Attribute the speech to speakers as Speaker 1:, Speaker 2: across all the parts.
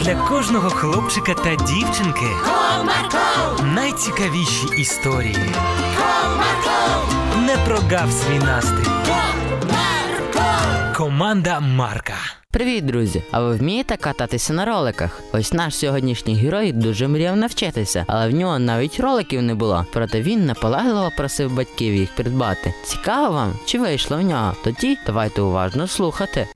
Speaker 1: для кожного хлопчика та дівчинки
Speaker 2: Comarco,
Speaker 1: найцікавіші історії.
Speaker 2: Comarco,
Speaker 1: Не прогав свій настрій.
Speaker 2: Comarco.
Speaker 1: Команда Марка.
Speaker 3: Привіт, друзі! А ви вмієте кататися на роликах? Ось наш сьогоднішній герой дуже мріяв навчитися, але в нього навіть роликів не було. Проте він наполегливо просив батьків їх придбати. Цікаво вам, чи вийшло в нього? Тоді давайте уважно слухати.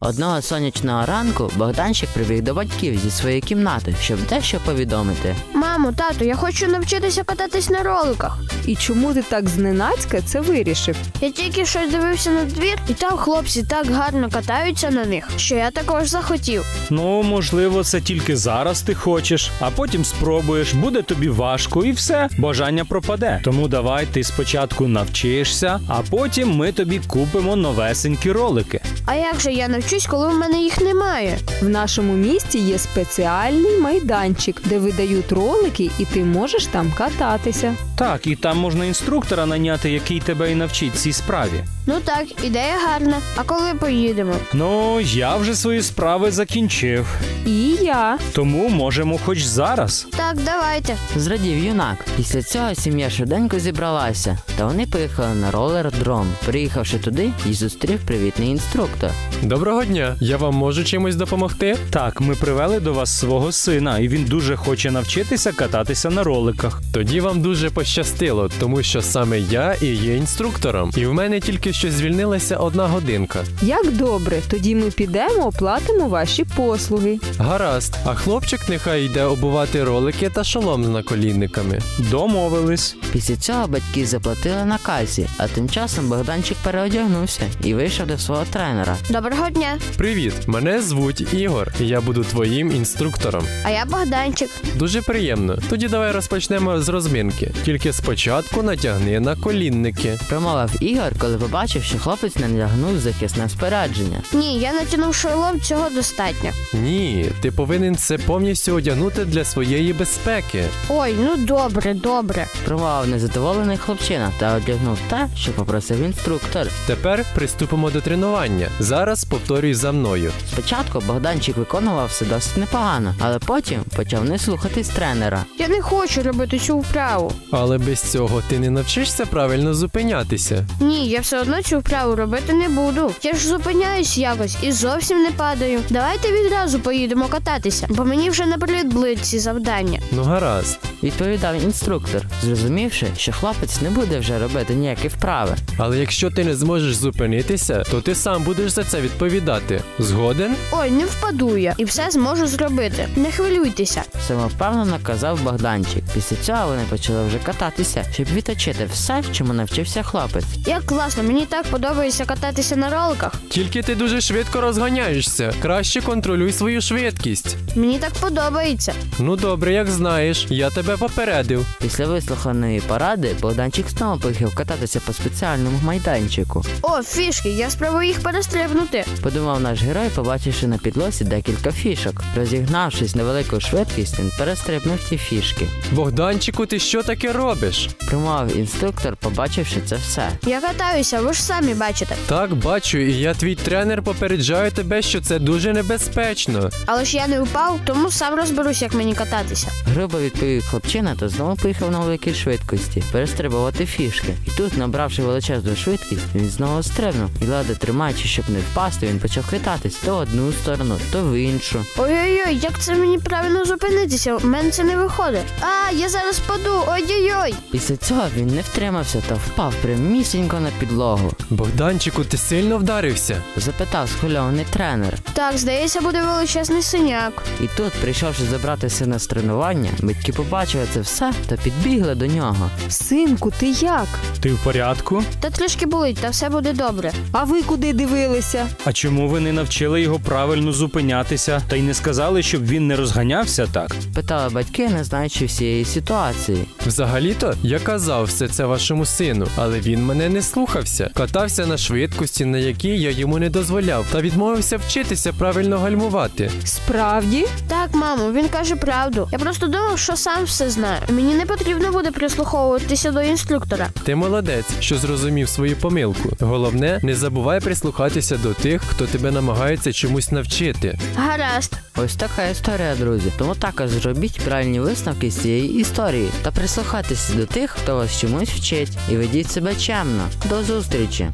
Speaker 3: Одного сонячного ранку Богданчик прибіг до батьків зі своєї кімнати, щоб дещо повідомити.
Speaker 4: Мамо, тату, я хочу навчитися кататись на роликах.
Speaker 5: І чому ти так зненацька це вирішив?
Speaker 4: Я тільки що дивився на двір, і там хлопці так гарно катаються на них, що я також захотів.
Speaker 6: Ну, можливо, це тільки зараз ти хочеш, а потім спробуєш, буде тобі важко і все, бажання пропаде. Тому давай ти спочатку навчишся, а потім ми тобі купимо новесенькі ролики.
Speaker 4: А як же я навчусь, коли в мене їх немає?
Speaker 5: В нашому місті є спеціальний майданчик, де видають ролики, і ти можеш там кататися.
Speaker 6: Так, і там можна інструктора наняти, який тебе і навчить цій справі.
Speaker 4: Ну так, ідея гарна. А коли поїдемо?
Speaker 6: Ну, я вже свої справи закінчив,
Speaker 5: І я.
Speaker 6: тому можемо хоч зараз.
Speaker 4: Так, давайте.
Speaker 3: Зрадів юнак. Після цього сім'я швиденько зібралася, та вони поїхали на ролердром. Приїхавши туди, їх зустрів привітний інструктор.
Speaker 7: Доброго дня! Я вам можу чимось допомогти?
Speaker 6: Так, ми привели до вас свого сина, і він дуже хоче навчитися кататися на роликах.
Speaker 7: Тоді вам дуже пощастило, тому що саме я і є інструктором, і в мене тільки що звільнилася одна годинка.
Speaker 5: Як добре, тоді ми підемо оплатимо ваші послуги.
Speaker 7: Гаразд, а хлопчик нехай йде обувати ролики та шолом з наколінниками.
Speaker 6: Домовились.
Speaker 3: Після цього батьки заплатили на касі, а тим часом Богданчик переодягнувся і вийшов до свого тренера.
Speaker 4: Доброго дня.
Speaker 7: Привіт, мене звуть Ігор, і я буду твоїм інструктором.
Speaker 4: А я Богданчик.
Speaker 7: Дуже приємно. Тоді давай розпочнемо з розминки. Тільки спочатку натягни наколінники.
Speaker 3: Промовив Ігор, коли побачив, що хлопець не надягнув захисне спорядження.
Speaker 4: Ні, я натягнув шолом, цього достатньо.
Speaker 7: Ні, ти повинен це повністю одягнути для своєї безпеки.
Speaker 4: Ой, ну добре, добре.
Speaker 3: Промовив незадоволений хлопчина та одягнув те, що попросив інструктор.
Speaker 7: Тепер приступимо до тренування. Зараз повторюй за мною.
Speaker 3: Спочатку Богданчик виконував все досить непогано, але потім почав не слухатись тренера.
Speaker 4: Я не хочу робити цю вправу.
Speaker 7: Але без цього ти не навчишся правильно зупинятися.
Speaker 4: Ні, я все одно цю вправу робити не буду. Я ж зупиняюсь якось і зовсім не падаю. Давайте відразу поїдемо кататися, бо мені вже набридли ці завдання.
Speaker 7: Ну гаразд.
Speaker 3: Відповідав інструктор, зрозумівши, що хлопець не буде вже робити ніякі вправи.
Speaker 7: Але якщо ти не зможеш зупинитися, то ти сам будеш за це відповідати. Згоден?
Speaker 4: Ой, не впаду я і все зможу зробити. Не хвилюйтеся.
Speaker 3: Самовпевнено казав Богданчик. Після цього вони почали вже кататися, щоб відточити все, чому навчився хлопець.
Speaker 4: Як класно, мені так подобається кататися на роликах.
Speaker 7: Тільки ти дуже швидко розганяєшся. Краще контролюй свою швидкість.
Speaker 4: Мені так подобається.
Speaker 7: Ну добре, як знаєш, я тебе попередив.
Speaker 3: Після вислуханої поради Богданчик знову поїхав кататися по спеціальному майданчику.
Speaker 4: О, фішки, я спробую їх перестрибнути.
Speaker 3: Подумав наш герой, побачивши на підлосі декілька фішок. Розігнавшись на велику швидкість, він перестрибнув ті фішки.
Speaker 7: Богданчику, ти що таке робиш?
Speaker 3: Промовив інструктор, побачивши це все.
Speaker 4: Я катаюся, ви ж самі бачите.
Speaker 7: Так, бачу, і я твій тренер попереджаю тебе, що це дуже небезпечно.
Speaker 4: Але ж я не впав, тому сам розберусь, як мені кататися.
Speaker 3: Грубо відповів хлопчина та знову поїхав на великій швидкості перестрибувати фішки. І тут, набравши величезну швидкість, він знову стрибнув і ледве тримаючи, щоб не впасти, він почав хитатись то в одну сторону, то в іншу.
Speaker 4: Ой-ой-ой, як це мені правильно зупинитися? У мене це не виходить. А, я зараз паду. Ой-ой-ой.
Speaker 3: Після цього він не втримався та впав прямісінько на підлогу.
Speaker 7: Богданчику, ти сильно вдарився.
Speaker 3: Запитав схвильований тренер.
Speaker 4: Так, здається, буде величезний синяк.
Speaker 3: І тут, прийшовши забрати сина з тренування, батьки побачили це все та підбігли до нього.
Speaker 5: Синку, ти як?
Speaker 6: Ти в порядку?
Speaker 4: Та трішки болить, та все буде добре.
Speaker 5: А ви куди дивилися?
Speaker 6: А чому ви не навчили його правильно зупинятися та й не сказали, щоб він не розганявся так?
Speaker 3: Питали батьки, не знаючи всієї ситуації.
Speaker 7: Взагалі-то я казав все це вашому сину, але він мене не слухався. Катався на швидкості, на якій я йому не дозволяв, та відмовився вчитися правильно гальмувати.
Speaker 5: Справді?
Speaker 4: Так, мамо, він каже правду. Я просто думав, що сам все знаю. Мені не потрібно буде прислуховуватися до інструктора.
Speaker 7: Ти молодець, що зрозумів свою помилку. Головне, не забувай прислухатися до тих, хто тебе намагається чомусь навчити.
Speaker 4: Гаразд,
Speaker 3: Ось така історія, друзі. Тому також зробіть правильні висновки з цієї історії та прислухайтеся до тих, хто вас чомусь вчить, і ведіть себе чемно. До зустрічі!